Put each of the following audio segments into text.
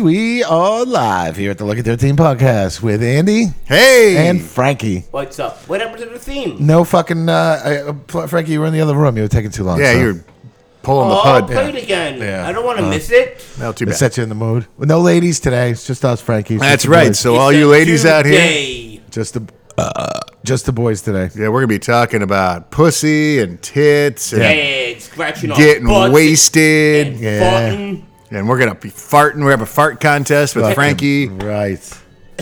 are live here at the Lucky 13 podcast with Andy Hey, and Frankie. What's up? What happened to the theme? No fucking, uh, I- uh, Pl- Frankie, you were in the other room. You were taking too long. yeah, so you're pulling the Oh, pud. play it again. Yeah. Uh-huh. I don't want to miss it. No, too It bad. set you in the mood. No ladies today. It's just us, Frankie. It's just That's the right. boys. So It's all a you ladies out here, Tuesday. just the, uh, just the boys today. yeah, we're gonna be talking about pussy and tits and Yeah, scratching off getting butts wasted, and yeah. farting. and we're gonna be farting. We're gonna have a fart contest with Frankie, Right.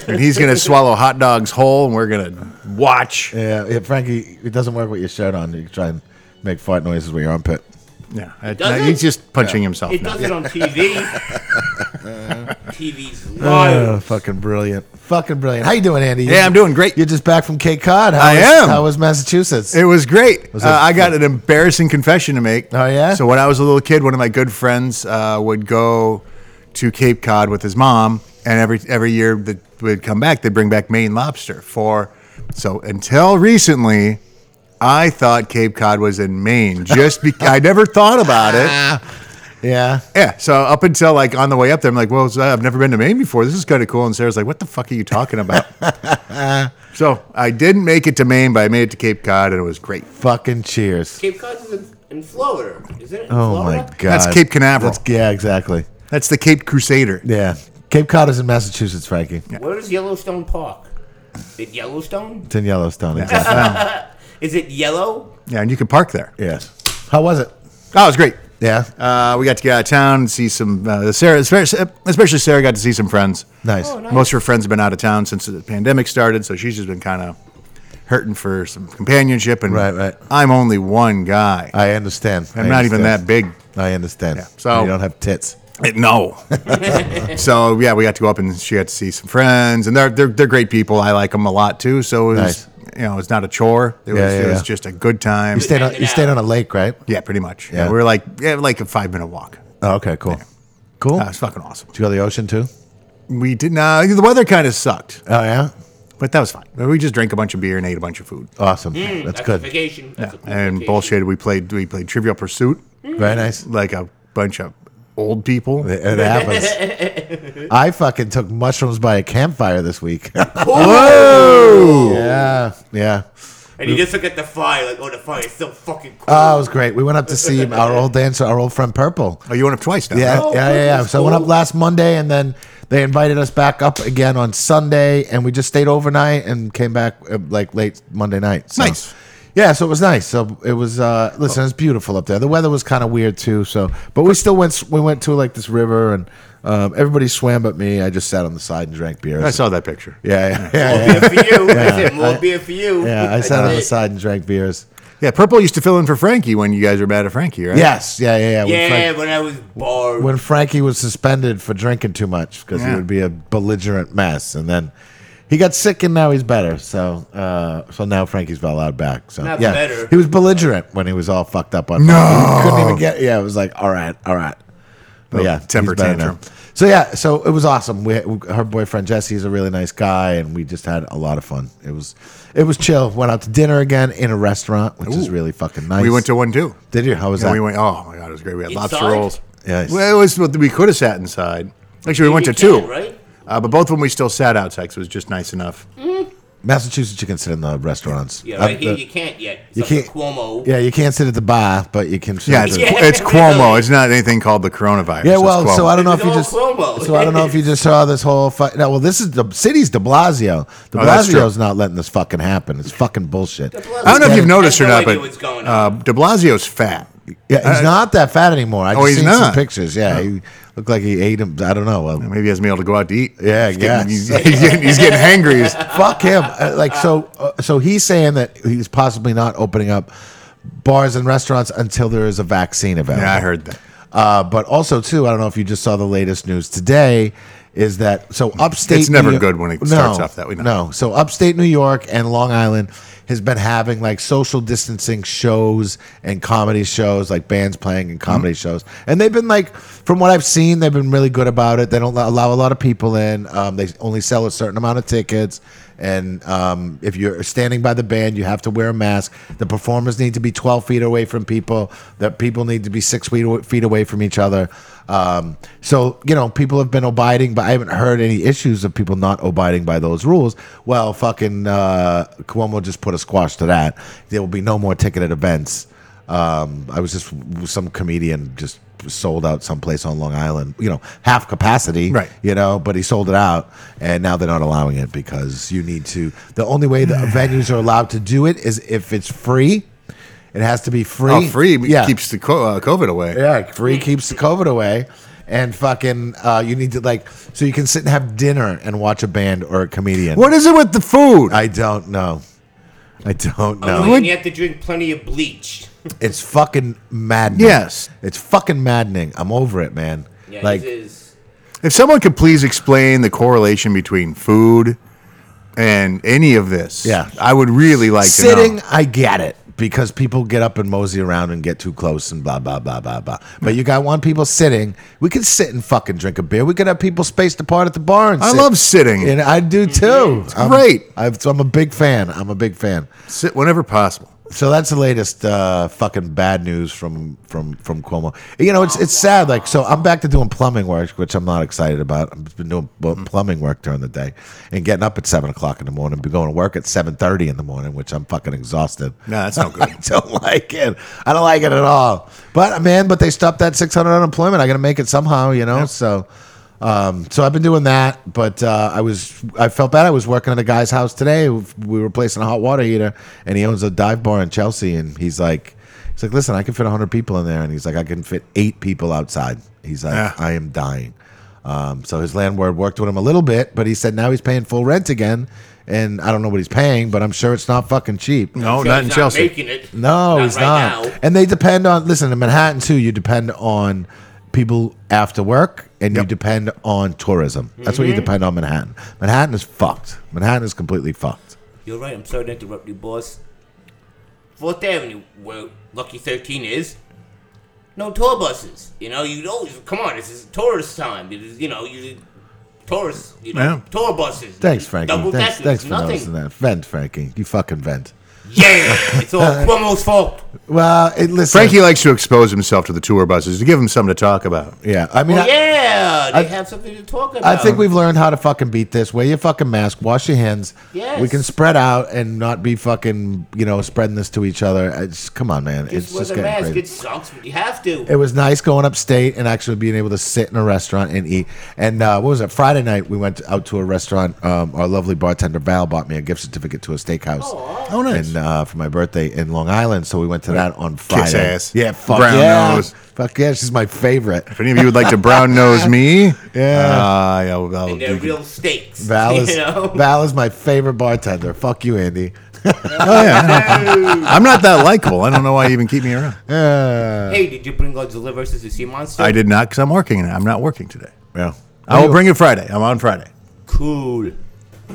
and he's gonna swallow hot dogs whole, and we're gonna watch. Yeah, yeah, Frankie, it doesn't work with your shirt on. You can try and make fart noises with your armpit. Yeah, doesn't? he's just punching himself It now. does it on TV. Uh. TV's live. Oh, fucking brilliant. Fucking brilliant. How you doing, Andy? You- Yeah, I'm doing great. You're just back from Cape Cod. How I was- am. How was Massachusetts? It was great. it- uh, I got an embarrassing confession to make. Oh, yeah? So when I was a little kid, one of my good friends uh, would go to Cape Cod with his mom, and every every year that would come back, they'd bring back Maine lobster for. So until recently, I thought Cape Cod was in Maine. Just be- I never thought about it. yeah. Yeah. So up until like on the way up there, I'm like, well, I've never been to Maine before. This is kind of cool. And Sarah's like, what the fuck are you talking about? so I didn't make it to Maine, but I made it to Cape Cod, and it was great. Fucking cheers. Cape Cod is in, in Florida, isn't it? In Oh, my Florida? God. That's Cape Canaveral. That's, yeah, exactly. That's the Cape Crusader. Yeah. Cape Cod is in Massachusetts, Frankie. Where is Yellowstone Park? Is it Yellowstone? It's in Yellowstone. Exactly. Is it yellow? Yeah, and you can park there. yeah. How was it? Oh, it was great. Yeah. Uh, we got to get out of town and see some. Uh, Sarah, especially Sarah, got to see some friends. Nice. nice. Most of her friends have been out of town since the pandemic started, so she's just been kind of hurting for some companionship. And Right, right. I'm only one guy. I understand. I'm not even that big. I understand. So- you don't have tits. Eh, No. so yeah, we got to go up and she got to see some friends, and they're they're, they're great people. I like them a lot too. So it was, Nice. you know, it's not a chore. It was, Yeah, yeah, it was yeah. just a good time. You stayed on, hanging you stayed on out. a lake, right? Yeah, pretty much. Yeah. Yeah, we are like yeah, like a five minute walk. Oh, okay, cool. Cool. Uh, it's fucking awesome. Did you go to the ocean too? We did not. The weather kind of sucked, Oh, yeah. but that was fine. We just drank a bunch of beer and ate a bunch of food. Awesome. That's That's a good. vacation. That's a cool And vacation. bullshit, we played we played Trivial Pursuit Hmm? Very nice. like a bunch of old people. It, it happens. I fucking took mushrooms by a campfire this week. Whoa! yeah, yeah. And you just look at the fire, like, oh, the fire is so fucking cool. Oh, it was great. We went up to see our old dancer, our old friend Purple. Oh, you went up twice now. Yeah, right? Oh, yeah, yeah, yeah. Purple's So I went up cool. last Monday, and then they invited us back up again on Sunday, and we just stayed overnight and came back uh, like late Monday night. So. Nice. Yeah, so it was nice. So it was. Uh, listen, it's beautiful up there. The weather was kind of weird too. So, but we still went. We went to like this river, and um, everybody swam but me. I just sat on the side and drank beer. I saw that picture. Yeah, yeah, yeah. yeah. More beer for you. I said, more beer for you. Yeah, I sat on the That's it. side and drank beers. Yeah, Purple used to fill in for Frankie when you guys were bad at Frankie, right? Yes, yeah, yeah, yeah. When, Yeah, Frank- when I was bored. when Frankie was suspended for drinking too much because he Yeah. would be a belligerent mess, and then he got sick, and now he's better. So, uh, so now Frankie's well out back. So, Not yeah, better. he was belligerent when he was all fucked up on. No, couldn't even get. Yeah, it was like, all right, all right. But yeah, he's temper better now. tantrum. So yeah, so it was awesome. We her boyfriend Jesse is a really nice guy, and we just had a lot of fun. It was, it was chill. Went out to dinner again in a restaurant, which is Ooh. really fucking nice. We went to one too. Did you? How was And that? we went. Oh my god, it was great. We had lobster Inside? rolls. Nice. Well, it was. We could have sat inside. Actually, we went to You two. can, Right? Uh, but both of them we still sat outside, so it was just nice enough. Massachusetts, you can sit in the restaurants. Yeah, Uh, right here the- you can't yet. It's you like the can't- Cuomo. yeah, you can't sit at the bar, but you can. Sit Yeah, at it's, the- Yeah, it's really. Cuomo. It's not anything called the coronavirus. yeah. It's Well, Cuomo. so I don't know if It's you all just. Cuomo. So I don't know if you just saw this whole. Fu- no, well, this is the city's De Blasio. De Oh, that's true. Blasio's not letting this fucking happen. It's fucking bullshit. I don't know if you've noticed or I have not, no idea but what's going uh, on. De Blasio's fat. Yeah, he's not that fat anymore. I just Uh, oh, he's seen some not. Oh. pictures. Yeah, he looked like he ate him. I don't know. Uh, Maybe he hasn't been able to go out to eat. Yeah, I he's getting, guess. he's, he's getting, he's getting hangry. He's- fuck him. Uh, Like so, uh, so he's saying that he's possibly not opening up bars and restaurants until there is a vaccine available. yeah, I heard that. Uh, but also too, I don't know if you just saw the latest news today. Is that so? Upstate. It's never good when it starts off that way, No. no. no. So upstate New York and Long Island has been having like social distancing shows and comedy shows, like bands playing and comedy Mm-hmm. shows. And they've been like, from what I've seen, they've been really good about it. They don't allow a lot of people in. Um, they only sell a certain amount of tickets. And um, if you're standing by the band, you have to wear a mask. The performers need to be 12 feet away from people. The people need to be six feet aw- feet away from each other. Um, so you know, people have been abiding, but I haven't heard any issues of people not abiding by those rules. Well, fucking uh, Cuomo just put a squash to that. There will be no more ticketed events. Um, I was just some comedian just sold out someplace on Long Island, you know, half capacity, Right. You know, but he sold it out, and now they're not allowing it because you need to. The only way the venues are allowed to do it is if it's free. It has to be free. Oh, free yeah. keeps the co- uh, COVID away. Yeah, free keeps the COVID away. And fucking, uh, you need to like, so you can sit and have dinner and watch a band or a comedian. What is it with the food? I don't know. I don't Oh, know. and you have to drink plenty of bleach. It's fucking maddening. Yes. It's fucking maddening. I'm over it, man. Yeah, like, this is If someone could please explain the correlation between food and any of this, Yeah. I would really like sitting, To I get it because people get up and mosey around and get too close and blah blah blah blah blah. But you got one people sitting. We can sit and fucking drink a beer. We could have people spaced apart at the bar. And know. I sit. love sitting. and I do too. I'm- great. I've, so I'm a big fan. I'm a big fan. Sit whenever possible. So that's the latest uh, fucking bad news from from from Cuomo. You know, it's it's sad. Like, so I'm back to doing plumbing work, which I'm not excited about. I've been doing bu- plumbing work during the day and getting up at seven o'clock in the morning, be going to work at seven thirty in the morning, which I'm fucking exhausted. No, that's no good. I don't like it. I don't like it at all. But man, but they stopped that 600 unemployment. I got to make it somehow, you know. So, um, so I've been doing that. But uh, I was, I felt bad. I was working at a guy's house today. We were placing a hot water heater, and he owns a dive bar in Chelsea. And he's like, he's like, listen, I can fit 100 people in there, and he's like, I can fit eight people outside. He's like, Yeah. I am dying. Um, so his landlord worked with him a little bit, but he said now he's paying full rent again. And I don't know what he's paying, but I'm sure it's Oh, not fucking cheap. No, so not he's in Chelsea. making it. No, Not he's right not. now. And they depend on listen in Manhattan too. You depend on people after work, and you Yep. depend on tourism. That's Mm-hmm. what you depend on Manhattan. Manhattan is fucked. Manhattan is completely fucked. You're right. I'm sorry to interrupt you, boss. Fourth Avenue, where Lucky Thirteen is, no tour buses. You know, you always come on. This is tourist time. It is, you know, you tourists. You know, Yeah. tour buses. Thanks, Frankie. Double Thanks, deckers, thanks for nothing. noticing that. Vent, Frankie. You fucking vent. Yeah, it's all Cuomo's fault. Well, it, listen, Frankie likes to expose himself to the tour buses to give him something to talk about. Yeah, I mean, Well, I- Oh, yeah, they have something to talk about. I think we've learned how to fucking beat this. Wear your fucking mask. Wash your hands. Yes. We can spread out and not be fucking, you know, spreading this to each other. It's, come on, man. just it's wear just the getting mask. crazy. It sucks, but you have to. it was nice going upstate and actually being able to sit in a restaurant and eat. And uh, what was it? Friday night, we went out to a restaurant. Um, our lovely bartender Val bought me a gift certificate to a steakhouse. Oh, nice. And uh, for my birthday in Long Island, so we went to that on Friday. ass. Yeah, fuck Brown yeah, nose. fuck yeah, she's my favorite. If any of you would like to brown nose me, Yeah. uh, yeah, well, I'll and they're do- real steaks. Val is you know? Val is my favorite bartender. Fuck you, Andy. Oh, yeah. I'm not that likable. I don't know why you even keep me around. hey, did you bring Godzilla versus the Sea Monster? I did not because I'm working. I'm not working today. Yeah. I will bring it Friday. I'm on Friday. Cool.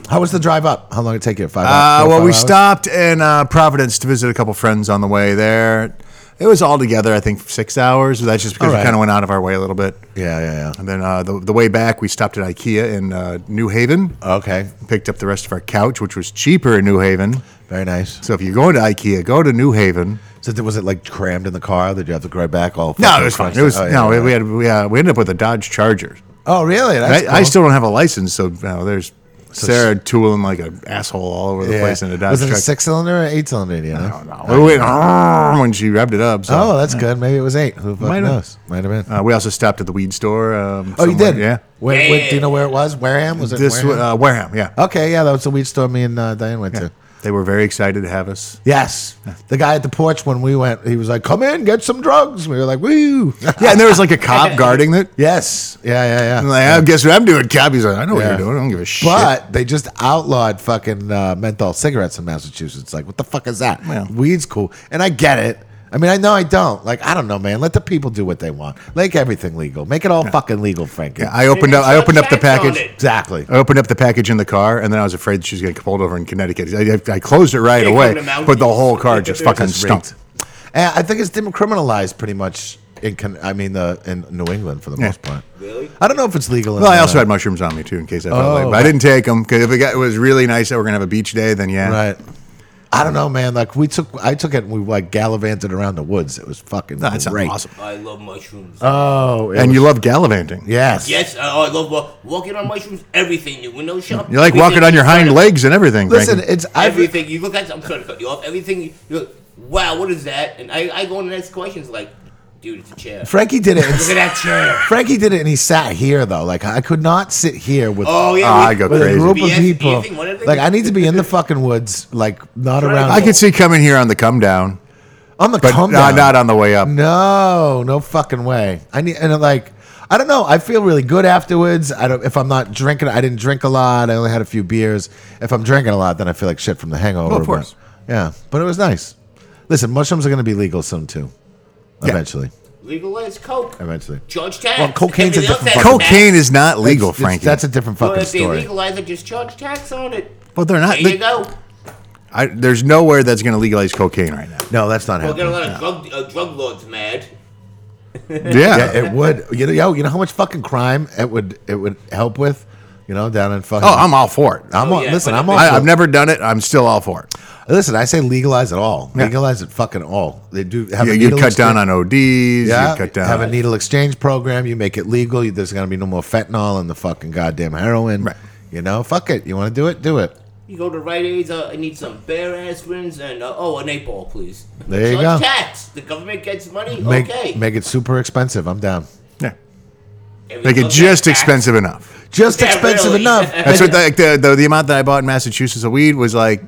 How was the drive up? How long did it take you? Five hours? Uh, Four, well, five we hours? stopped in uh, Providence to visit a couple friends on the way there. It was all together, I think, six hours. That's just because All right. we kind of went out of our way a little bit. Yeah, yeah, And then uh, the, the way back, we stopped at IKEA in uh, New Haven, yeah. Okay. picked up the rest of our couch, which was cheaper in New Haven. Very nice. So if you're going to IKEA, go to New Haven. So th- was it like crammed in the car? Did you have to go back all? No, fucking it was fine. crunched It was up? Oh, yeah, no. yeah, We yeah. had we, uh, we ended up with a Dodge Charger. Oh, really? I, That's I cool. still don't have a license, so you know, there's Sarah tooling like an asshole all over the Yeah. place in a Dodge Was it a Charger. six cylinder or eight cylinder? You know? No, it went "Arrgh" when she revved it up. So. Oh, that's good. Maybe it was eight. Who fucking Might have- knows? Might have been. Uh, we also stopped at the weed store. Um, oh, you somewhere. did? Yeah. Where, where- do you know where it was? Wareham? Was it This Wareham? Oh. uh, Wareham. Yeah. okay, yeah, that was the weed store me and uh, Diane went to. They were very excited to have us. Yes. The guy at the porch when we went, he was like, come in, get some drugs. We were like, woo. Yeah, and there was like a cop guarding it. yes. Yeah, yeah, I'm yeah. like, I guess what I'm doing, cop. He's like, I know what Yeah. you're doing. I don't give a shit. But they just outlawed fucking uh, menthol cigarettes in Massachusetts. Like, what the fuck is that? Yeah. Weed's cool, and I get it. I mean, I know I don't. Like, I don't know, man. Let the people do what they want. Make everything legal. Make it all fucking legal, Frankie. I opened up. I opened up the package. exactly. I opened up the package in the car, and then I was afraid she was going to get pulled over in Connecticut. I, I, I closed it right Yeah, away, come to but the Mounties. whole car just fucking That's stumped. rigged. And I think it's decriminalized pretty much in. Con- I mean, the in New England for the most part. Really? I don't know if it's legal. in, Well, I also uh, had mushrooms on me too, in case I felt Oh. like. But I didn't take them because if it, got, it was really nice that we're going to have a beach day, then yeah. right. I don't know, man. Like we took, I took it and we like gallivanted around the woods. It was fucking No, that sounds great. awesome. I love mushrooms. Oh, And you love gallivanting. yes, yes, I, I love wa- walking on mushrooms. Everything new window shop. You're like walking everything on your you hind find- legs and everything. Listen, Frankie. it's I've, Everything you look at, I'm trying to cut you off. Everything you, you look, wow, what is that? And I, I go on the next questions like, dude, it's a chair. Frankie did it. look at And, that chair. Frankie did it, and he sat here though. Like I could not sit here with. Oh yeah, Ah, I we- go with a crazy. group of BS, people. anything, E whatever. Like I need to be in the fucking woods, like not Right. around. I could see coming here on the come down, on the but come not- down. Mm. not on the way up. No, no fucking way. I need and like I don't know. I feel really good afterwards. I don't if I'm not drinking. I didn't drink a lot. I only had a few beers. If I'm drinking a lot, then I feel like shit from the hangover. Oh, Well, of course. But, yeah, but it was nice. Listen, mushrooms are going to be legal soon too. Eventually, legalized coke. eventually. Charge tax. Well, cocaine's a Everything else different has fucking- tax. Cocaine is not legal, It's- Frankie. That's a different Well, fucking if they story. legalize it, just charge tax on it. Well, they're not. There they- you go. I, there's nowhere that's going to legalize cocaine right now. No, that's not We'll get a happening. lot of drug uh, drug lords mad. Yeah. Yeah, it would. You know, yo, you know how much fucking crime it would it would help with. You know, down in fucking. oh, I'm all for it. I'm, I'm Oh, on, yeah, listen. but I'm if on. I, I've never done it. I'm still all for it. Listen, I say legalize it all. Yeah. Legalize it fucking all. They do have You, a you needle cut down exchange- on ODs. yeah, You cut down. have a needle exchange program. You make it legal. You, there's gonna be no more fentanyl in the fucking goddamn heroin. Right. You know, fuck it. You want to do it? Do it. You go to Rite Aid's. Uh, I need some bare aspirins and uh, oh, an eight ball, please. There you Charge go. Tax. The government gets money. Make okay. make it super expensive. I'm down. yeah. Everything Make it else just has tax. expensive enough. Just Yeah, expensive really. enough. That's what like the, the the amount that I bought in Massachusetts of weed was like.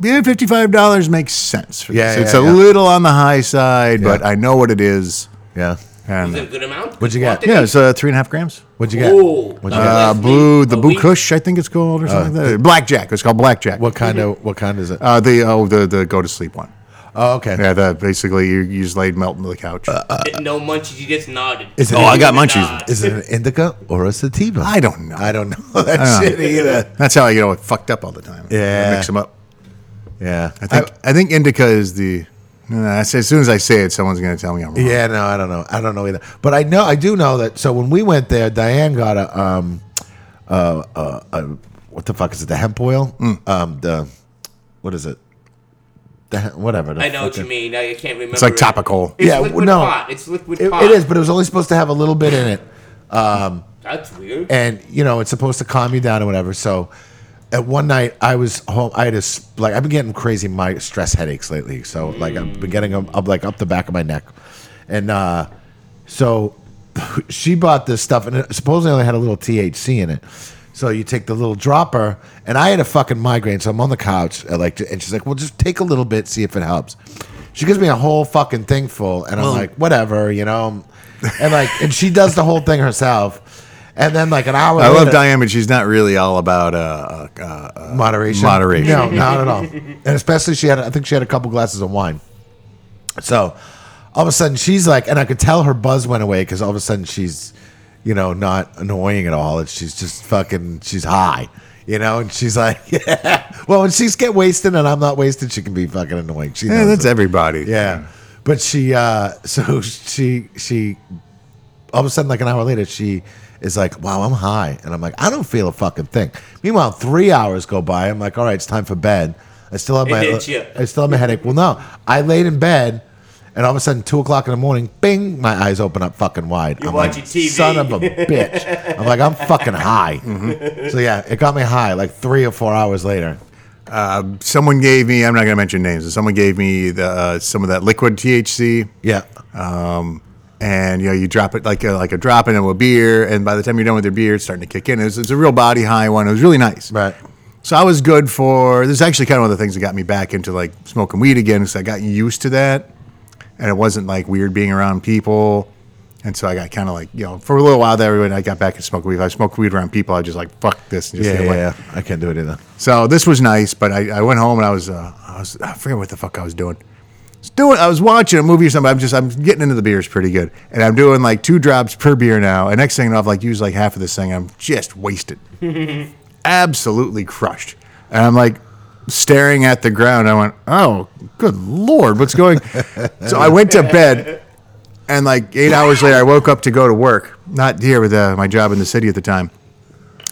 Yeah, fifty-five dollars makes sense. for Yeah, this. yeah, it's a yeah. little on the high side, but Yeah. I know what it is. yeah. Is it And a good amount? What'd you get? yeah, it's uh, three and a half grams. What'd you get? Ooh. What'd you Uh, get? Uh, Last blue, week, the a blue week- Kush, I think it's called, or something. like that. Blackjack. It's called blackjack. Uh, What kind of what kind is it? Uh, the oh, the the go to sleep one. oh, okay. Yeah, that basically you, you just laid melt on the couch. Uh, no munchies. You just nodded. Is it oh, I got Nah. munchies. Is it an indica or a sativa? I don't know. I don't know that shit either. That's how I get all fucked up all the time. Yeah. I mix them up. Yeah. I think I, think indica is the. no, no, I say, as soon as I say it, someone's gonna tell me I'm wrong. Yeah, no, I don't know. I don't know either. But I know I do know that. So when we went there, Diane got a um, uh, uh, uh what the fuck is it? The hemp oil? Um, the what is it? The he- whatever. the I know what fucking- you mean. I can't remember. It's like it. topical. It's Yeah, liquid no. pot. It's liquid It, pot. it is, but it was only supposed to have a little bit in it, That's weird. and you know it's supposed to calm you down or whatever. So. At one night, I was home. I had a s- like I've been getting crazy my stress headaches lately. So like I've been getting them up like up the back of my neck, and uh, So she bought this stuff, and it supposedly only had a little THC in it. So you take the little dropper, and I had a fucking migraine, so I'm on the couch, uh, like, and she's like, "Well, just take a little bit, see if it helps." She gives me a whole fucking thing full, and I'm like, "Whatever," you know, and like, and she does the whole thing herself, and then like an hour. I later, love Diane, but she's not really all about uh, uh, uh, moderation. Moderation. No, not at all. And especially she had, I think she had a couple glasses of wine. So all of a sudden she's like, and I could tell her buzz went away because all of a sudden she's, you know, not annoying at all. And she's just fucking, she's high, you know, and she's like, yeah. Well, when she's get wasted and I'm not wasted, she can be fucking annoying. She yeah, knows that's it. everybody. Yeah. But she uh so she she all of a sudden like an hour later she is like, Wow, I'm high and I'm like, I don't feel a fucking thing. Meanwhile, three hours go by, I'm like, All right, it's time for bed. I still have It my hits you. I still have my headache. Well no. I laid in bed and all of a sudden, two o'clock in the morning, bing! My eyes open up fucking wide. You're watching TV. Son of a bitch! I'm like, I'm fucking high. So yeah, it got me high like three or four hours later. Someone gave me. I'm not gonna mention names. but Someone gave me the uh, some of that liquid THC. Yeah, um, and you know you drop it like a, like a drop into a beer, and by the time you're done with your beer, it's starting to kick in. It's it's a real body high one. It was really nice. right. So I was good for this. Is actually, kind of one of the things that got me back into like smoking weed again. Because I got used to that, and it wasn't like weird being around people. And so I got kind of like you know for a little while there when I got back and smoked weed. If I smoked weed around people. I was just like fuck this. And just Yeah, stay yeah, away. yeah. I can't do it either. So this was nice, but I, I went home and I was uh, I was I forget what the fuck I was doing. was doing. I was watching a movie or something. I'm just I'm getting into the beers pretty good, and I'm doing like two drops per beer now. And next thing I know, I've like used like half of this thing. I'm just wasted, absolutely crushed. And I'm like staring at the ground. I went, oh, good lord, what's going? so I went to bed, and like eight hours later, I woke up to go to work. Not here with uh, my job in the city at the time,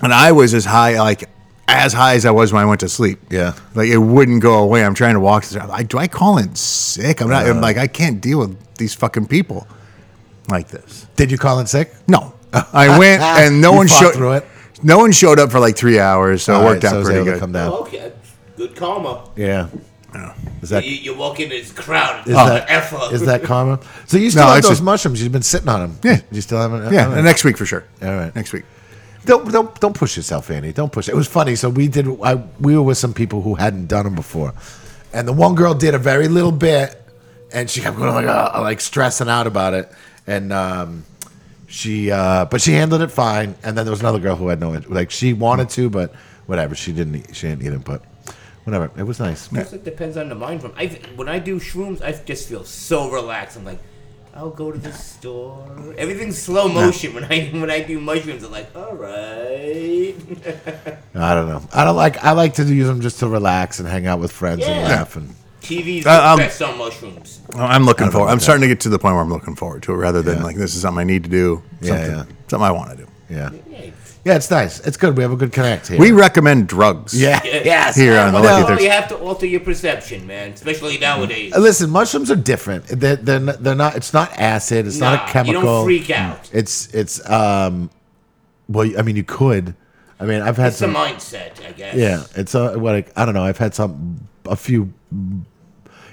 and I was as high like. As high as I was when I went to sleep. Yeah. Like it wouldn't go away. I'm trying to walk. This, I, do I call in sick? I'm not. I'm like I can't deal with these fucking people like this. Did you call in sick? No, I went and no You one fought showed. through it? No one showed up for like three hours, so it All worked right, so I out was pretty able to good. Come Oh, down. okay. Good karma. Yeah. Is that You, you walk into this crowd. Is Is that that Oh, effort? is that karma? So you still No, have it's those just- mushrooms? You've been sitting on them. Yeah. You still haven't. yeah, all right. and next week for sure. All right. next week. Don't don't don't push yourself, Andy. Don't push. It was funny. So we did. I, we were with some people who hadn't done them before, and the one girl did a very little bit, and she kept going like uh, like stressing out about it, and um, she uh, but she handled it fine. And then there was another girl who had no int- like she wanted to, but whatever. She didn't. She didn't either. But whatever. It was nice. Just, it depends on the mind from. I when I do shrooms, I just feel so relaxed. I'm like, I'll go to the store. Everything's slow motion when I when I do mushrooms. I'm like, all right. I don't know. I don't like. I like to use them just to relax and hang out with friends and Yeah. laugh and. TV's Uh, um, the best on mushrooms. Oh, I'm looking forward. about I'm that. starting to get to the point where I'm looking forward to it, rather than Yeah. like this is something I need to do. Yeah, Something, yeah. something I want to do. Yeah. Yeah. Yeah, it's nice. It's good. We have a good connect here. We recommend drugs. yeah. Yes. Here on the Lucky Well, you Thursday. have to alter your perception, man, especially Uh, nowadays. Listen, mushrooms are different. They're, they're, n- they're not. It's not acid. It's Nah, not a chemical. Mm. You don't freak out. It's it's um. Well, I mean, you could. I mean, I've had It's the some. mindset, I guess. yeah, it's uh what I, I don't know. I've had some a few.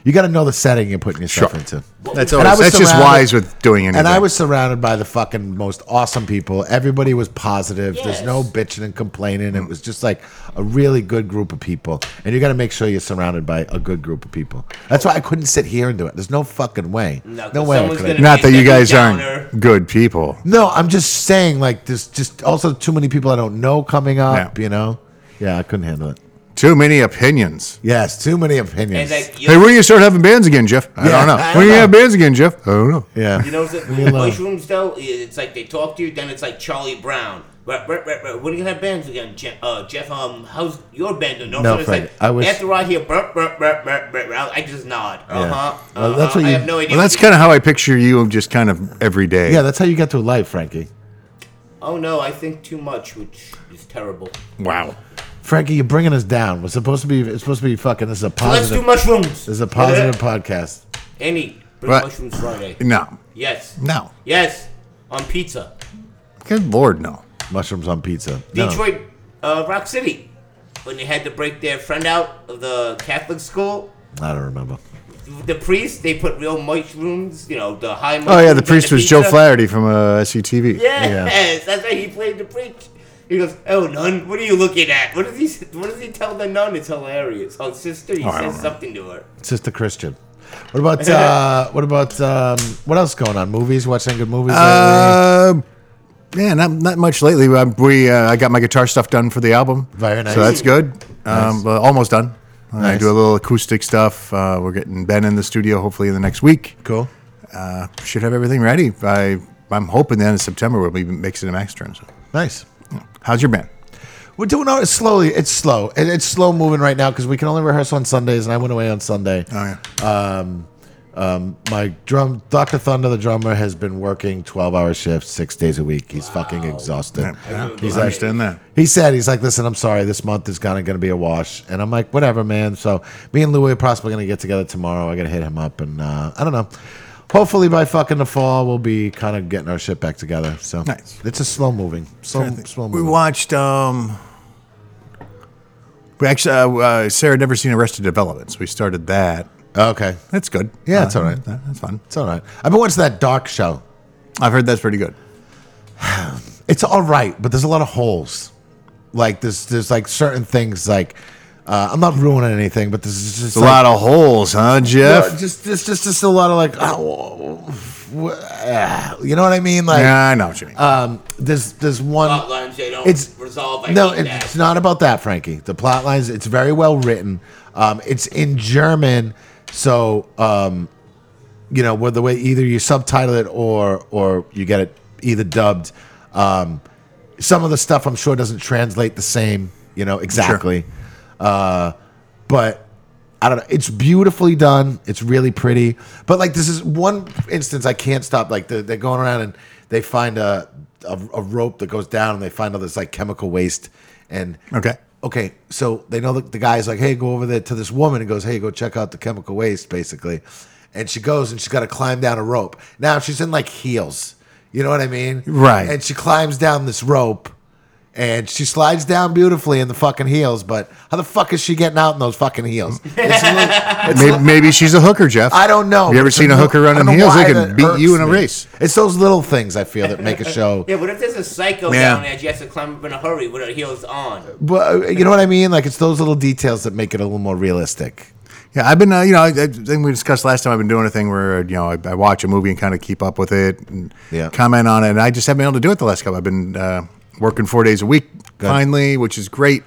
You got to know the setting you're putting yourself Sure. into. That's And I was always, that's just surrounded- wise with doing anything. And I was surrounded by the fucking most awesome people. Everybody was positive. There's Yes. no bitching and complaining. It was just like a really good group of people. And you got to make sure you're surrounded by a good group of people. That's why I couldn't sit here and do it. There's no fucking way. No, 'cause way. I someone's could've- gonna- Not that you guys Downer. aren't good people. no, I'm just saying, like, there's just also too many people I don't know coming up, Yeah. you know? Yeah, I couldn't handle it. Too many opinions. Yes, too many opinions. And like, Hey, you, when are you start having bands again, Jeff? I Yeah, don't know. I don't when you know. have bands again, Jeff? I don't know. yeah. you know, what I'm saying? mushrooms though, it's like they talk to you. Then it's like Charlie Brown. Right, right, right, right. When are you gonna have bands again, Jeff? Uh, Jeff, um, how's your band doing? No, so it's like, Frank, I was- after I hear burp, burp, burp, burp, burp, burp, I just nod. Uh huh. Well, that's what I you- have no idea. Well, that's what you- kind of how I picture you just kind of every day. yeah, that's how you get through life, Frankie. oh no, I think too much, which is terrible. Wow. Frankie, you're bringing us down. We're supposed to be. It's supposed to be fucking. This is a So let's do positive. mushrooms. This is a positive podcast. Any bring Right. mushrooms Friday? No. Yes. No. Yes. On pizza. Good Lord, no. Mushrooms on pizza. No. Detroit, uh, Rock City, when they had to break their friend out of the Catholic school. I don't remember. The priest, they put real mushrooms, you know, the high. Oh, mushrooms yeah, the on priest was Joe pizza. Flaherty from uh, SCTV. Yes, that's right. He played the priest. He goes, "Oh, nun, what are you looking at? What does he? s- What does he tell the nun? It's hilarious. Oh, sister, he Oh, I don't says know. something to her. Sister Christian. What about uh, what about um, what else going on? Movies? Watching good movies? lately? Uh, yeah, not not much lately. Um, We uh, I got my guitar stuff done for the album. Very nice. So that's good. Um, but almost done. I Nice. do a little acoustic stuff. Uh, we're getting Ben in the studio hopefully in the next week. cool. Uh, should have everything ready. I I'm hoping the end of September we'll be mixing and mastering. So, Nice. how's your band? We're doing all it's slowly. It's slow. It, it's slow moving right now because we can only rehearse on Sundays, and I went away on Sunday. Oh yeah. My drum, Doctor Thunder, the drummer, has been working twelve-hour shifts, six days a week. He's fucking exhausted. He's I understand that. He said, he's like, listen, I'm sorry, this month is kind of going to be a wash. And I'm like, whatever, man. So me and Louis are possibly going to get together tomorrow. I got to hit him up. And uh, I don't know. Hopefully by fucking the fall, we'll be kind of getting our shit back together. So Nice. it's a slow moving, slow, slow We moving. watched. Um, we actually uh, uh, Sarah had never seen Arrested Development, so we started that. okay. That's good. Yeah, Uh, it's all right. that- That's fun. It's all right. I've been watching that dark show. I've heard that's pretty good. it's all right, but there's a lot of holes. Like there's there's like certain things like uh, I'm not ruining anything, but there's just It's a lot of holes, huh, Jeff? just just just just a lot of like oh, wh- ah, you know what I mean? Like yeah, I know what you mean. um, there's there's one. Plot lines they don't It's- resolve. I no, hate it- it's that. not about that, Frankie. The plot lines. It's very well written. Um, it's in German, So, um, you know, whether way either you subtitle it or or you get it either dubbed, um, some of the stuff I'm sure doesn't translate the same, you know, exactly. Uh, but I don't know. It's beautifully done. It's really pretty. But like this is one instance I can't stop. Like they're, they're going around and they find a, a a rope that goes down and they find all this like chemical waste and Okay. okay, so they know that the guy's like, hey, go over there to this woman and goes, hey, go check out the chemical waste, basically. And she goes and she's got to climb down a rope. Now she's in like heels. You know what I mean? Right. And she climbs down this rope and she slides down beautifully in the fucking heels, but how the fuck is she getting out in those fucking heels? It's li- Maybe, maybe she's a hooker, Jeff. I don't know. Have you ever It's seen a li- hooker I run in don't know heels? They why can that beat you in irks a me. race. It's those little things I feel that make a show Yeah, what if there's a psycho Yeah. down there that you have to climb up in a hurry with her heels on? but uh, you know what I mean? Like it's those little details that make it a little more realistic. Yeah, I've been, uh, you know, I, I think we discussed last time. I've been doing a thing where, uh, you know, I, I watch a movie and kind of keep up with it and Yeah. comment on it. And I just haven't been able to do it the last couple. I've been uh, working four days a week finally, which is great.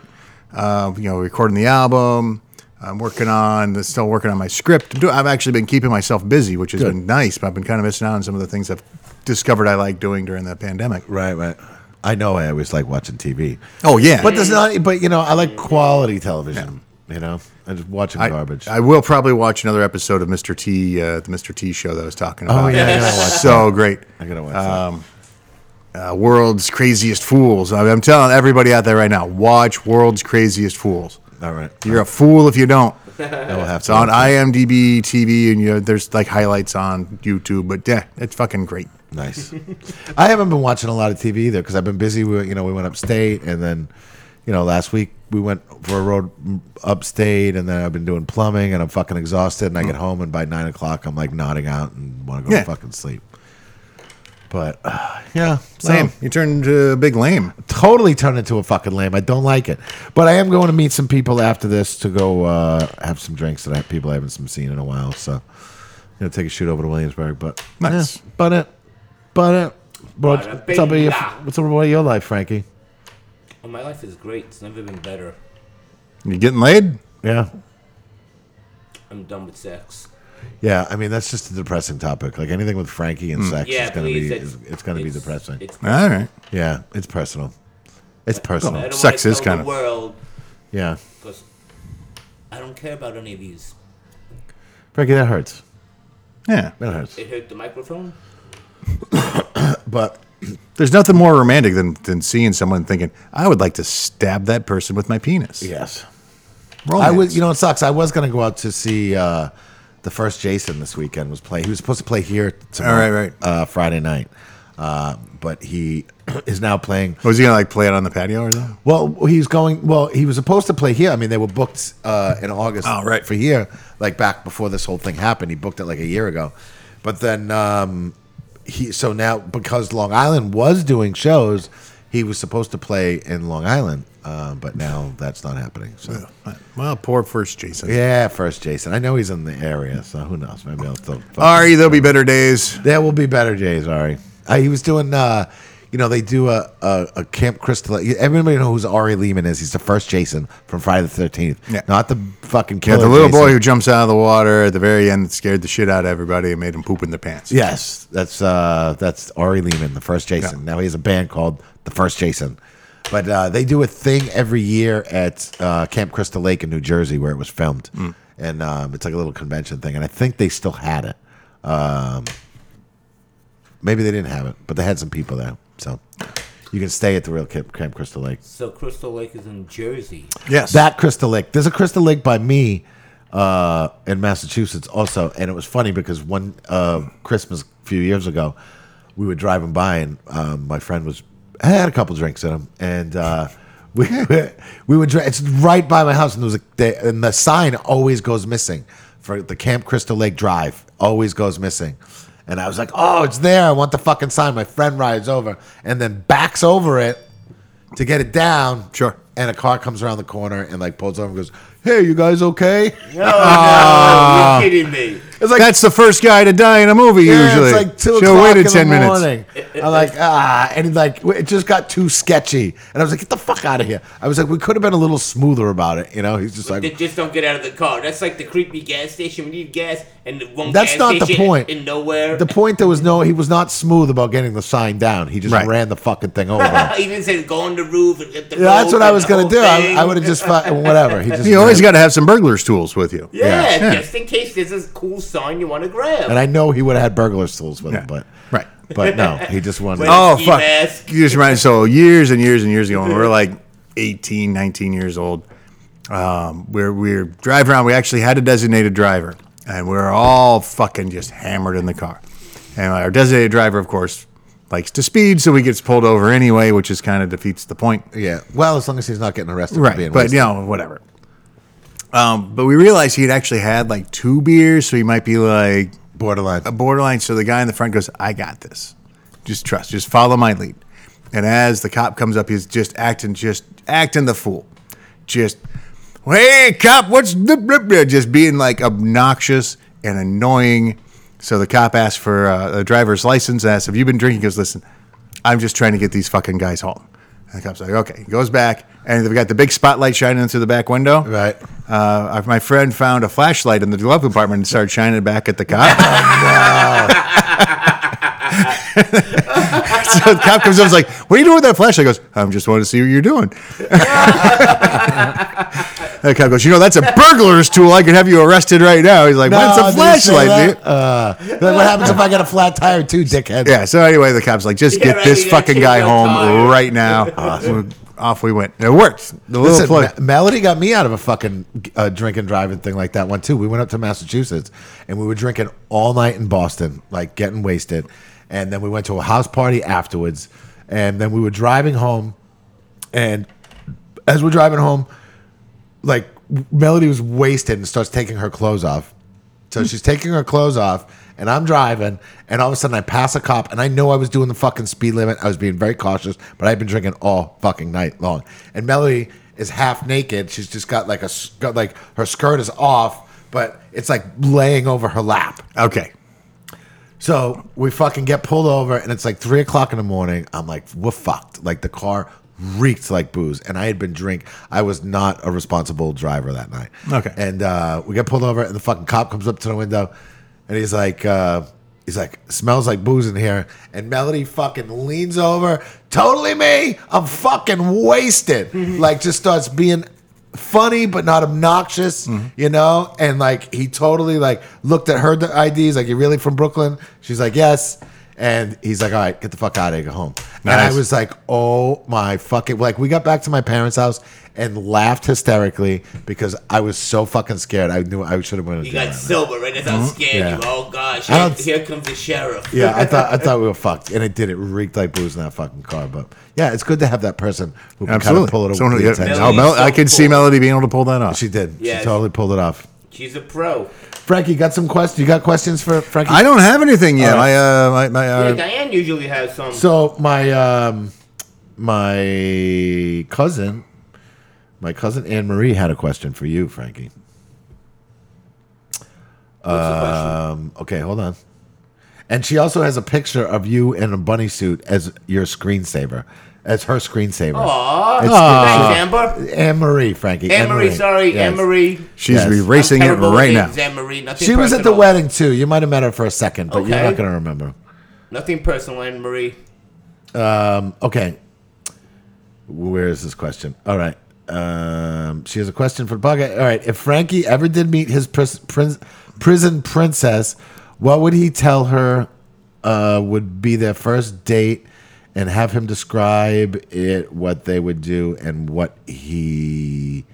Uh, you know, recording the album. I'm working on, still working on my script. I'm doing- I've actually been keeping myself busy, which has Good. been nice, but I've been kind of missing out on some of the things I've discovered I like doing during the pandemic. Right, right. I know I always like watching TV. Oh, yeah. But there's not but you know, I like quality television. You know? I just watching garbage. I will probably watch another episode of Mr. T, uh, the Mr. T show that I was talking about. Oh, yeah, I gotta watch so great. I gotta watch um, Uh, World's Craziest Fools. I- I'm telling everybody out there right now, watch World's Craziest Fools. that. All right. You're a fool if you don't. I will have It's to on watch IMDb TV, and you know, there's like highlights on YouTube. But yeah, it's fucking great. it. nice. I haven't been watching a lot of TV either because I've been busy. We you know, we went upstate and then you know, last week we went for a road upstate and then I've been doing plumbing and I'm fucking exhausted and I get home and by nine o'clock I'm like nodding out and wanna go Mm. Yeah. to fucking sleep. But uh, yeah, so- Sam, you turned uh, big lame. totally turned into a fucking lamb. I don't like it. But I am going to meet some people after this to go uh, have some drinks that I people I haven't some seen in a while. So I'm gonna take a shoot over to Williamsburg. But Nice. yeah, but it, but it. But Bada what's up about your, bing, what's up about your life, Frankie? Well, Oh, my life is great. It's never been better. You getting laid? Yeah, I'm done with sex. yeah. I mean, that's just a depressing topic. Like anything with Frankie and sex Yeah, is gonna please. be it's, is, it's gonna be it's- depressing. It's, All right. yeah, it's personal. It's I personal. don't Sex wanna is tell kind the of- world Yeah, because I don't care about any of these. Frankie, that hurts. Yeah. That hurts. It hurt the microphone. But There's nothing more romantic than, than seeing someone thinking, I would like to stab that person with my penis. yes. Romance. I was, you know, it sucks. I was gonna go out to see uh, the first Jason this weekend. Was play. He was supposed to play here tomorrow, All Oh, right, right. Uh, Friday night, uh, but he is now playing. Was he gonna like play it on the patio or something? Well, he's going. Well, he was supposed to play here. I mean, they were booked uh, in August Oh, right. for here, like back before this whole thing happened. He booked it like a year ago, but then um, he. So now, because Long Island was doing shows, he was supposed to play in Long Island, uh, but now that's not happening. So. Well, poor first Jason. Yeah, first Jason. I know he's in the area, so who knows? Maybe I'll still. Ari, there'll be better days. There will be better days, Ari. Uh, he was doing, uh, you know, they do a, a, a Camp Crystal. Everybody knows who Ari Lehman is. He's the first Jason from Friday the 13th. Yeah. Not the fucking Yeah, killer. the little Jason. boy who jumps out of the water at the very end that scared the shit out of everybody and made him poop in their pants. Yes, that's uh, that's Ari Lehman, the first Jason. Yeah. Now he has a band called the First Jason, but uh, they do a thing every year at uh, Camp Crystal Lake in New Jersey where it was filmed, and um, it's like a little convention thing. And I think they still had it. Um, maybe they didn't have it, but they had some people there, so you can stay at the real Camp, Camp Crystal Lake. So Crystal Lake is in Jersey. Yes. That Crystal Lake. There's a Crystal Lake by me uh, in Massachusetts also, and it was funny because one uh, Christmas a few years ago, we were driving by and um, my friend was had a couple drinks in him, and uh, we we were dri- it's right by my house, and there was a they, and the sign always goes missing for the Camp Crystal Lake Drive always goes missing. And I was like, "Oh, it's there! I want the fucking sign." My friend rides over and then backs over it to get it down. Sure. And a car comes around the corner and like pulls over and goes, "Hey, you guys okay?" Oh, Ah. No, no, you're kidding me. It's like That's the first guy to die in a movie yeah, usually. it's like two Should've o'clock waited in 10 the minutes. morning. I'm like ah, and it like it just got too sketchy, and I was like, get the fuck out of here. I was like, we could have been a little smoother about it, you know? He's just They like, just don't get out of the car. That's like the creepy gas station. We need gas, and the one That's gas not the station point. In nowhere. the point there was no, he was not smooth about getting the sign down. He just Right. ran the fucking thing over. he didn't say go on the roof and get the. Yeah, that's rope what I and was the gonna whole do. I, thing. I would have just fucking whatever. He just You always ran. got to have some burglar's tools with you. Yeah, Yeah. just in case there's this cool sign you want to grab. and I know he would have had burglar's tools with him, but Right. but no, he just wanted. Well- oh, Oh, ski fuck. mask. You just reminded So, years and years and years ago, when we were like 18, 19 years old, um, we're, we're driving around. We actually had a designated driver, and we were all fucking just hammered in the car. And our designated driver, of course, likes to speed, so he gets pulled over anyway, which is kind of defeats the point. yeah. Well, as long as he's not getting arrested, for right? being but wasted. you know, whatever. Um, but we realized he had actually had like two beers, so he might be like borderline. a borderline. So the guy in the front goes, "I got this. Just trust. Just follow my lead." And as the cop comes up, he's just acting, just acting the fool, just hey cop, what's the blah, blah," just being like obnoxious and annoying. So the cop asks for uh, a driver's license. Asks, "Have you been drinking?" He goes, "Listen, I'm just trying to get these fucking guys home." And the cop's like, "Okay." He goes back, and they've got the big spotlight shining through the back window. Right. Uh, my friend found a flashlight in the glove compartment and started shining it back at the cop. Oh, so the cop comes up and is like, What are you doing with that flashlight? He goes, I am just wanting to see what you're doing. the cop goes, You know, that's a burglar's tool. I could have you arrested right now. He's like, No, What's a did you say flashlight, that? dude? Uh, then what happens if I get a flat tire too, dickhead? Yeah, so anyway, the cop's like, Just Yeah, get right, this you gotta fucking change guy your home tire." right now. Off we went. It worked. The little Listen, plug- Ma- Melody got me out of a fucking uh, drink and driving thing like that one too. We went up to Massachusetts and we were drinking all night in Boston, like getting wasted, and then we went to a house party afterwards, and then we were driving home, and as we're driving home, like Melody was wasted and starts taking her clothes off. So she's taking her clothes off, and I'm driving, and all of a sudden I pass a cop, and I know I was doing the fucking speed limit. I was being very cautious, but I've been drinking all fucking night long. And Melody is half naked. She's just got like a s- got like her skirt is off, but it's like laying over her lap. okay. So we fucking get pulled over, and it's like three o'clock in the morning. I'm like, we're fucked. Like the car reeked like booze, and I had been drink. I was not a responsible driver that night. Okay. And uh, we get pulled over, and the fucking cop comes up to the window, and he's like, uh, he's like, smells like booze in here. And Melody fucking leans over, totally me. I'm fucking wasted. like just starts being funny but not obnoxious, you know? And like he totally like looked at her IDs, like, you really from Brooklyn? She's like, Yes. And he's like, All right, get the fuck out of here, go home. And I Nice. was like, Oh my fucking like we got back to my parents' house and laughed hysterically because I was so fucking scared. I knew I should have went to you jail. got that night. sober, right? That's how scared Mm-hmm. Yeah. you. were. Oh gosh, I don't- here, here comes the sheriff. Yeah, I thought I thought we were fucked, and it did. It reeked like booze in that fucking car. But yeah, it's good to have that person who can Absolutely. kind of pull it Someone- away. yeah, attention. oh, Mel- I Melody's so could see cool. Melody being able to pull that off. She did. Yes. She totally pulled it off. She's a pro. Frankie, got some questions? You got questions for Frankie? I don't have anything yet. All right. My, uh, my, my, uh, Yeah, Diane usually has some. so my um, my cousin, my cousin Anne Marie had a question for you, Frankie. what's the question? Um, okay, hold on. And she also has a picture of you in a bunny suit as your screensaver, as her screensaver. Aw. uh, It's- Thanks, Amber. Anne Marie, Frankie. Anne Marie, sorry, Yes. Anne Marie. she's Yes. erasing it right now. Anne eh, Marie. Nothing She was at the personal. wedding too. You might have met her for a second, but you're Okay. not going to remember. Nothing personal, Anne Marie. Okay. Where is this question? All right. Um, she has a question for the podcast. All right. If Frankie ever did meet his pris- prin- prison princess, what would he tell her uh, would be their first date and have him describe it, what they would do, and what he.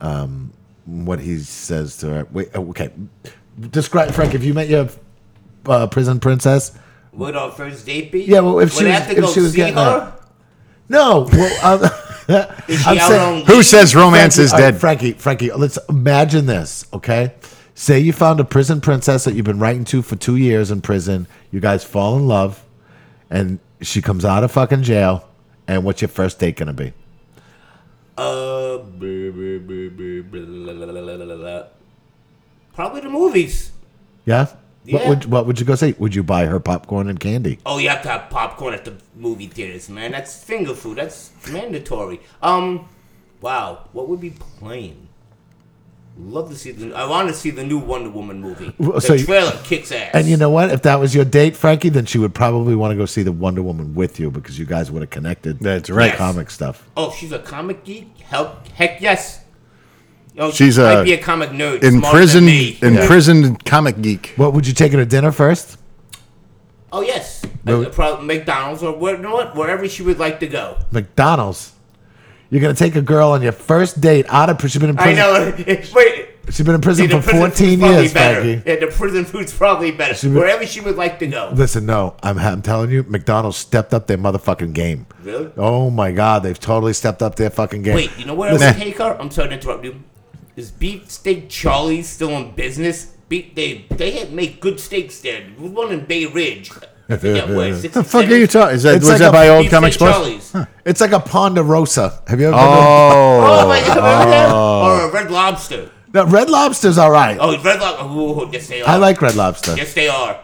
Um, what he says to her. Wait, oh, okay. Describe, Frank, if you met your uh, prison princess, Would our first date be? Yeah, well, if she Would I was- have if to go she was see getting her, no. Well, um, is she I'm out saying- on Who leave? says romance Frankie- is all right, dead? Frankie, Frankie, let's imagine this, okay? Say you found a prison princess that you've been writing to for two years in prison. You guys fall in love, and she comes out of fucking jail. And what's your first date gonna be? Uh, blah, blah, blah, blah, blah, blah, blah, blah, blah, blah, blah. probably the movies. Yeah. What Yeah. would what would you go say? Would you buy her popcorn and candy? Oh, you have to have popcorn at the movie theaters, man. That's finger food. That's mandatory. Um, wow, what would be playing? Love to see the. I want to see the new Wonder Woman movie. Well, The so you- trailer kicks ass. And you know what? If that was your date, Frankie, then she would probably want to go see the Wonder Woman with you because you guys would have connected. That's right. the Comic stuff. oh, she's a comic geek. Help, heck yes. Oh, She's she might a- be a comic nerd. smarter than imprisoned, me. imprisoned comic geek. What would you take her to dinner first? Oh yes, No. Uh, prob- McDonald's or where, you know what, wherever she would like to go. McDonald's. You're gonna take a girl on your first date out of prison. She's been in I prison. know. Wait. She's been in prison See, the for prison food's 14 probably years, better. Frankie. Yeah, the prison food's probably better. would- Wherever she would like to go. Listen, no, I'm, I'm telling you, McDonald's stepped up their motherfucking game. Really? Oh my God, they've totally stepped up their fucking game. Wait, you know where I Listen, would take her? I'm sorry to interrupt you. Is Beefsteak Charlie's still in business? Beef, they they had make good steaks there. There was one in Bay Ridge. I forget where. The fuck are you talking? Is that It's was like a that by old Beefsteak comic sports? Charlie's. It's like a Ponderosa. Have you ever Oh, my Oh, God, remember that? Or a Red Lobster. been to no, Red Lobster's all right. Oh, Red Lobster. Ooh, yes, they are. I like Red Lobster. Yes, they are.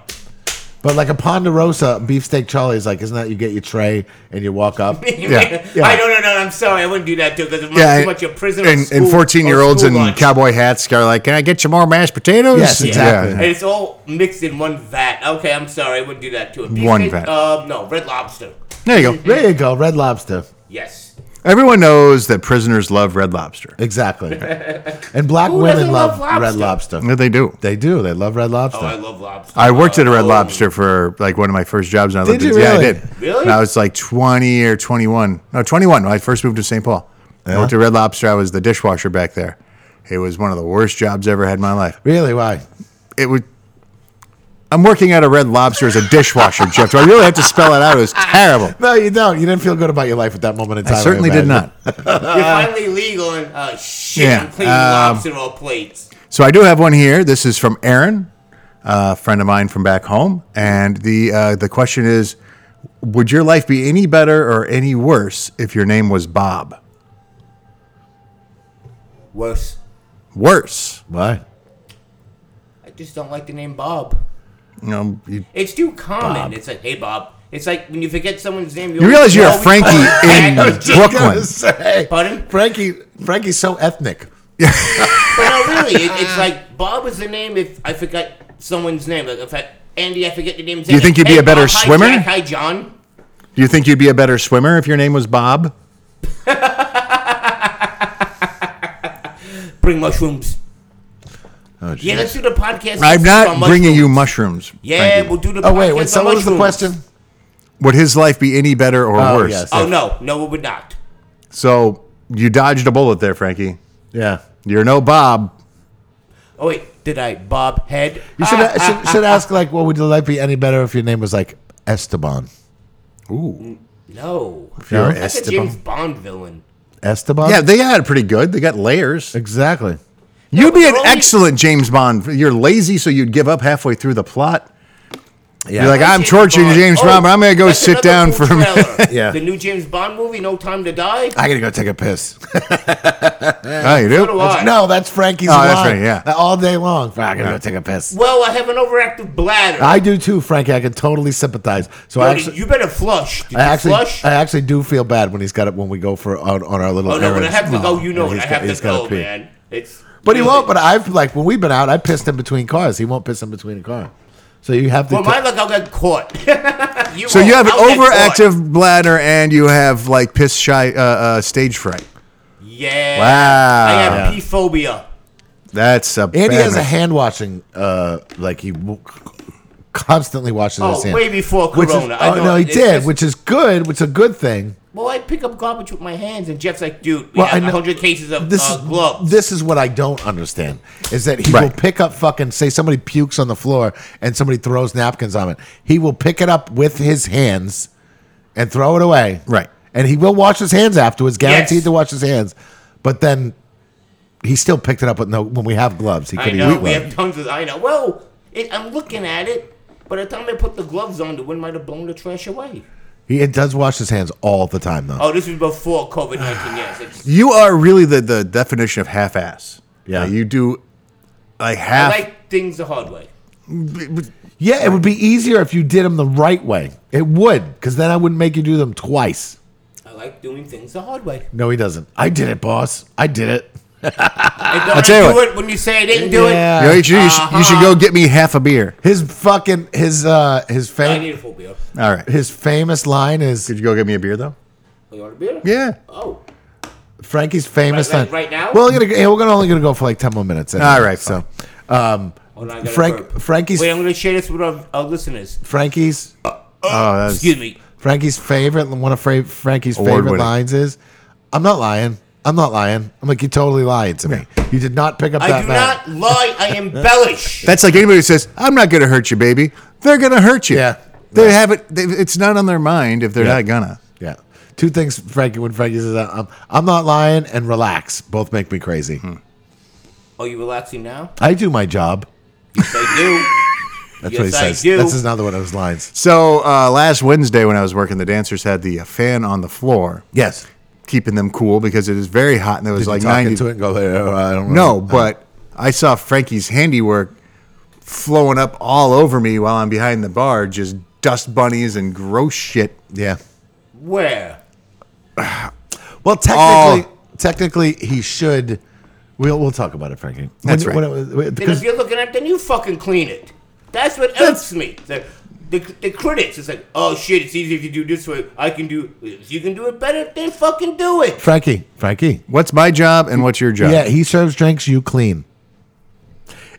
But like a Ponderosa beefsteak Charlie is like, isn't that you get your tray and you walk up? Yeah, yeah. I don't know. I'm sorry. I wouldn't do that too because it yeah, yeah, too much of prison. or and, school- and fourteen year olds or in school lunch. cowboy hats are like, "Can I get you more mashed potatoes?" Yes, exactly. And it's all mixed in one vat. Okay, I'm sorry. I wouldn't do that to a beefsteak- One vat. Um, no, Red Lobster. There you go. There you go, Red Lobster. Yes. Everyone knows that prisoners love Red Lobster. Exactly. And black Who women doesn't love, love Red lobster? Lobster. Yeah, they do. They do. They love Red Lobster. Oh, I love lobster. I worked at a Red Oh. Lobster for like one of my first jobs. And I lived Did in- you Yeah, I really? did. Really? And I was like 20 or 21. No, 21 when I first moved to St. Paul. I worked at Red Lobster. I was the dishwasher back there. It was one of the worst jobs I ever had in my life. really? Why? It was. I'm working at a Red Lobster as a dishwasher, Jeff. Do I really have to spell it out? It was terrible. No, you don't. You didn't feel good about your life at that moment in time. I certainly did imagine. not. You're finally legal and uh, shit. Yeah, I'm cleaning um, lobster all plates. So I do have one here. This is from Aaron, a friend of mine from back home, and the uh, the question is: Would your life be any better or any worse if your name was Bob? Worse. Worse. Why? I just don't like the name Bob. You know, you, It's too common. It's like, hey, Bob. It's like when you forget someone's name. you realize you're a always- Frankie in I was just Brooklyn. Say, Pardon? Frankie, Frankie's so ethnic. But no, really, it, it's like Bob is the name. If I forgot someone's name, like if I, Andy, I forget the name. You think you'd be a better hi, swimmer? Jack, hi, John. Do you think you'd be a better swimmer if your name was Bob? Bring mushrooms. Oh, Yeah, let's do the podcast. I'm on not mushrooms. bringing you mushrooms. Yeah, Frankie. we'll do the. oh podcast wait, wait. on So what was the mushrooms. question? Would his life be any better or Oh, worse? yes. Oh no, no, we would not. So you dodged a bullet there, Frankie. Yeah. You're no Bob. Oh wait, did I Bob head? Ah, You should, should, should ask like, what would your life be any better if your name was like Esteban? Ooh. No? No, You're that's a Esteban. James Bond villain. Esteban. Yeah, they got it pretty good. They got layers. Exactly. You'd be they're an only- excellent James Bond. You're lazy, so you'd give up halfway through the plot. Yeah. You're like, I'm torturing Bond. Oh, James Bond, but I'm gonna go that's sit another down cool for a minute. trailer. Yeah. the new James Bond movie, No Time to Die. I gotta go take a piss. Oh, you do? do I. no, that's Frankie's Oh, that's line. right, yeah. Uh, All day long. I gotta go take a piss. Well, I have an overactive bladder. I do too, Frankie. I can totally sympathize. So Yo, I did- actually, you better flush. Did I you actually, flush? I actually do feel bad when he's got it when we go for on, on our little. Oh no, when I errands. have to go, you know He's it. I got- have he's to gotta go, pee. man. It's But he won't. But I've like when we've been out, I pissed in between cars. He won't piss in between a car. So you have to. Well, ta- my luck, I'll get caught. you So you have an overactive. overactive bladder, and you have like piss shy, uh, uh, stage fright. Yeah. Wow. I have Yeah. pee phobia. That's a. and he bad has a man. hand washing. Uh, like he w- constantly washes his Oh, hands. way before which is, Corona. I oh know. no, he It's did, just- which is good. Which is a good thing. Well, I pick up garbage with my hands, and Jeff's like, dude, we Well, I have know- 100 cases of This uh, is gloves. this is what I don't understand is that he Right. will pick up fucking say somebody pukes on the floor and somebody throws napkins on it. He will pick it up with his hands and throw it away. Right. And he will wash his hands afterwards, guaranteed Yes. to wash his hands. But then he still picked it up with no when we have gloves. He I could know. eat We have gloves. tons of. I know. Well, it, I'm looking at it. By the time I put the gloves on, the wind might have blown the trash away. He it does wash his hands all the time though. Oh, this was before COVID 19, yes. It's, You are really the, the definition of half ass. Yeah. you do like I half. like things the hard way. Yeah, it would be easier if you did them the right way. It would, because then I wouldn't make you do them twice. I like doing things the hard way. No, he doesn't. I did it, boss. I did it. Ah. I don't tell you do it when you say I didn't do it. Yeah. You, know, you should, you should- you Uh-huh. should go get me half a beer. His fucking his uh his I fam- need a full beer. All right. his famous line is Could you go get me a beer though? Oh, you want a beer? Yeah. Oh, Frankie's famous Right- right- line right now? Well, we're gonna yeah, we're gonna only gonna go for like ten more minutes. anyway, All right, so hold on. I gotta Frank burp. Frankie's Wait, I'm gonna share this with our, our listeners. Uh, Frankie's Oh, that's Excuse me. Frankie's favorite one of Fra- Frankie's favorite Award-winning. lines is, "I'm not lying. I'm not lying. I'm like you totally lying to me. You did not pick up I that do man." not lie. I embellish. that's like anybody who says, "I'm not gonna hurt you, baby." They're gonna hurt you. Yeah. They have it. They, it's not on their mind if they're Yeah. not gonna. Yeah. Two things, Frankie, when Frankie says, I'm, I'm not lying and relax, both make me crazy. Hmm. Are you relaxing now? I do my job. Yes, I That's what Yes, he I says. do. That's another one of his lines. So uh, last Wednesday when I was working, the dancers had the uh, fan on the floor, Yes. keeping them cool because it is very hot and it was Did like you talk 90. into it and go, "Oh, I don't know. No, but I saw Frankie's handiwork flowing up all over me while I'm behind the bar, just dust bunnies and gross shit. Yeah. do. Where? Well, technically, technically, he should. We'll, we'll talk about it, Frankie. When- That's right. when it was- when- Then if because you're looking at, then you fucking clean it. That's what irks me. The, the, the critics, it's like, oh shit, it's easy if you do this way. I can do. If you can do it better, then fucking do it. Frankie, Frankie. What's my job and what's your job? Yeah, he serves drinks, you clean.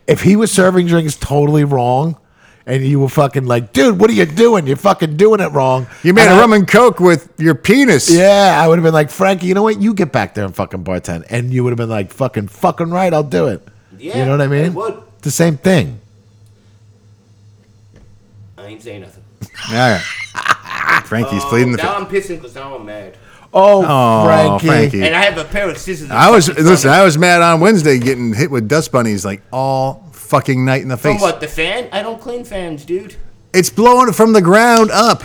If he was serving drinks totally wrong and you were fucking like, dude, what are you doing? You're fucking doing it wrong. You made And a I- rum and coke with your penis. Yeah, I would have been like, Frankie, you know what? You get back there and fucking bartend. And you would have been like, fucking, fucking right, I'll do it. you Yeah, know what I I mean? would. It's The same thing. I ain't saying nothing. All right. Frankie's pleading the now fifth. I'm pissing because now I'm mad. Oh, Oh, Frankie. Frankie. And I have a pair of scissors. I was fucking listen. coming. I was mad on Wednesday getting hit with dust bunnies like all fucking night in the From face. what? The fan? I don't clean fans, dude. It's blowing from the ground up.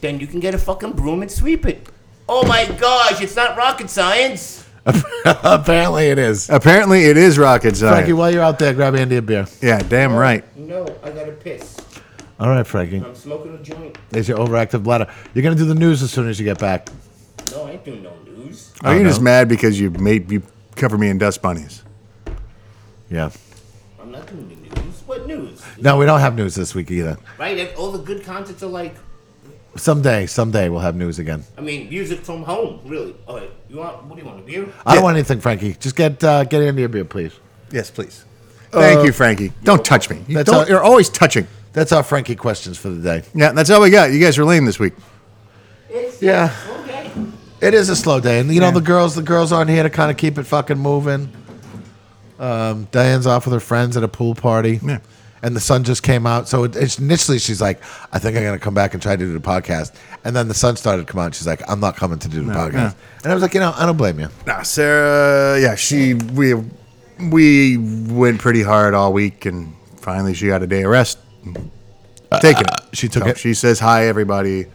Then you can get a fucking broom and sweep it. Oh my gosh, it's not rocket science. Apparently it is. Apparently, it is Frankie, rocket science. while you're out there, grab Andy a beer. Yeah, damn right. No, I gotta piss. All right, Frankie. I'm smoking a joint. There's your overactive bladder. You're going to do the news as soon as you get back. No, I ain't doing no news. Are Oh, you no. just mad because you made you cover me in dust bunnies? Yeah. I'm not doing the news. What news? No, we don't have news this week either. Right? If All the good concerts are like, Someday, someday we'll have news again. I mean, music from home, really. All right, you want? What do you want? A beer? I Yeah. don't want anything, Frankie. Just get uh, get Andy a beer, please. Yes, please. Uh, Thank you, Frankie. Don't touch me. You That's don't, all- you're always touching. That's our Frankie questions for the day. Yeah, that's all we got. You guys were lame this week. It's Yeah. okay. It is a slow day, and you know the girls. The girls aren't here to kind of keep it fucking moving. Um, Diane's off with her friends at a pool party, Yeah. and the sun just came out. So it, it's initially she's like, "I think I'm gonna come back and try to do the podcast," and then the sun started to come out. she's like, "I'm not coming to do the podcast," yeah. and I was like, "You know, I don't blame you." Nah, Sarah. Yeah, she we we went pretty hard all week, and finally she got a day of rest. Taking it. Uh, she took So it. She says hi, everybody.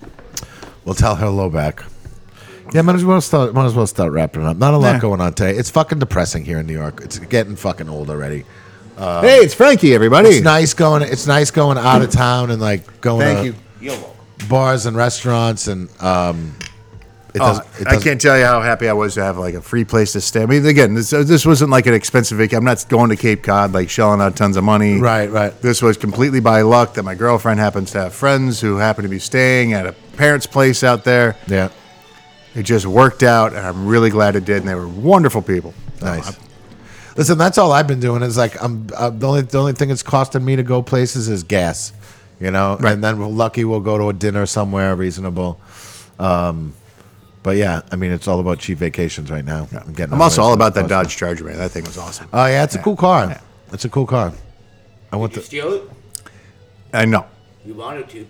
We'll tell her low back. Yeah, might as well start. Might as well start wrapping it up. Not a lot Yeah. going on today. It's fucking depressing here in New York. It's getting fucking old already. hey, it's Frankie, everybody. Um, It's nice going. It's nice going out of town and like going. Thank to- you. You're welcome. bars and restaurants and um it Oh, doesn't, it I doesn't can't tell you how happy I was to have like a free place to stay. I mean, again, this, uh, this wasn't like an expensive vacation. I'm not going to Cape Cod like shelling out tons of money. Right, right. This was completely by luck that my girlfriend happens to have friends who happen to be staying at a parent's place out there. yeah It just worked out, and I'm really glad it did. And they were wonderful people. nice listen that's all i've been doing is like i'm uh, the only the only thing it's costing me to go places is gas you know Right. and then we're lucky we'll go to a dinner somewhere reasonable um but yeah i mean it's all about cheap vacations right now i'm getting I'm away also all from about that cost. Dodge Charger, man. That thing was awesome. oh yeah it's a cool car it's a cool car i want Did you the steal it? I know. You wanted to.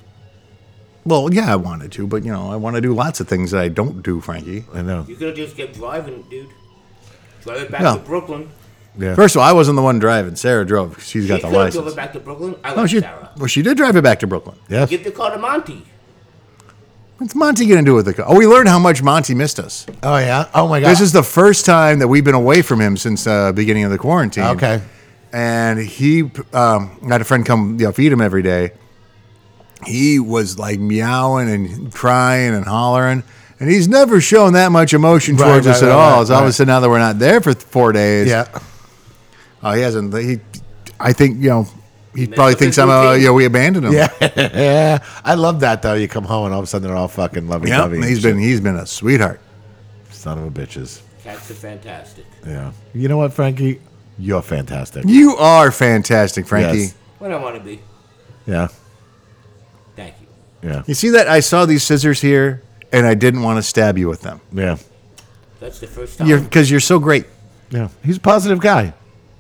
Well, yeah, I wanted to, but you know, I want to do lots of things that I don't do, Frankie. i know You could have just kept driving, dude. Drive it back No. to Brooklyn. yeah First of all, I wasn't the one driving. Sarah drove. 'cause She's got the She could have drove license. it back to Brooklyn. I Oh, like she, Sarah. well, she did drive it back to Brooklyn. yeah Give the car to Monty. What's Monty going to do with the car? Oh, we learned how much Monty missed us. oh yeah oh my god This is the first time that we've been away from him since uh, beginning of the quarantine. okay and he um, had a friend come you know, feed him every day. He was like meowing and crying and hollering, and he's never shown that much emotion Right, towards right, us at right, all. right, so all of a right. sudden, now that we're not there for th- four days, Yeah. oh, he hasn't. He, I think you know, he messed probably up his thinks I'm. Uh, routine. you know, we abandoned him. yeah. I love that though. You come home and all of a sudden they're all fucking lovey yeah. dovey. He's been he's been a sweetheart. son of a bitches. Cats are fantastic. Yeah. You know what, Frankie? You're fantastic. You are fantastic, Frankie. Yes. What I want to be. Yeah. Thank you. Yeah. You see that? I saw these scissors here, and I didn't want to stab you with them. Yeah. That's the first time. You're because you're so great. Yeah. He's a positive guy.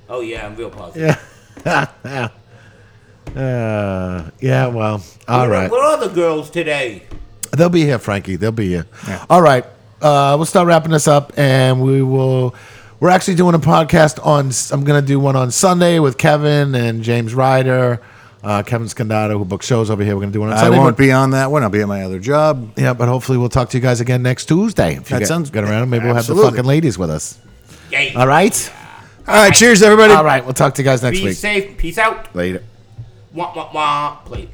oh yeah, I'm real positive. Yeah. uh, yeah, well. all Where- right. Where are the girls today? They'll be here, Frankie. They'll be here. All right. Uh, we'll start wrapping this up, and we will. We're actually doing a podcast on. I'm going to do one on Sunday with Kevin and James Ryder, uh, Kevin Scandato, who books shows over here. We're going to do one on I Sunday. won't but- be on that one. I'll be at my other job. Yeah, but hopefully we'll talk to you guys again next Tuesday. If you That get- sounds- get around. Maybe we'll have the absolutely. fucking ladies with us. Yay. All right. All right, cheers, everybody. All right. We'll talk to you guys next Be week. safe. Peace out. Later. Wah wah wah. Play.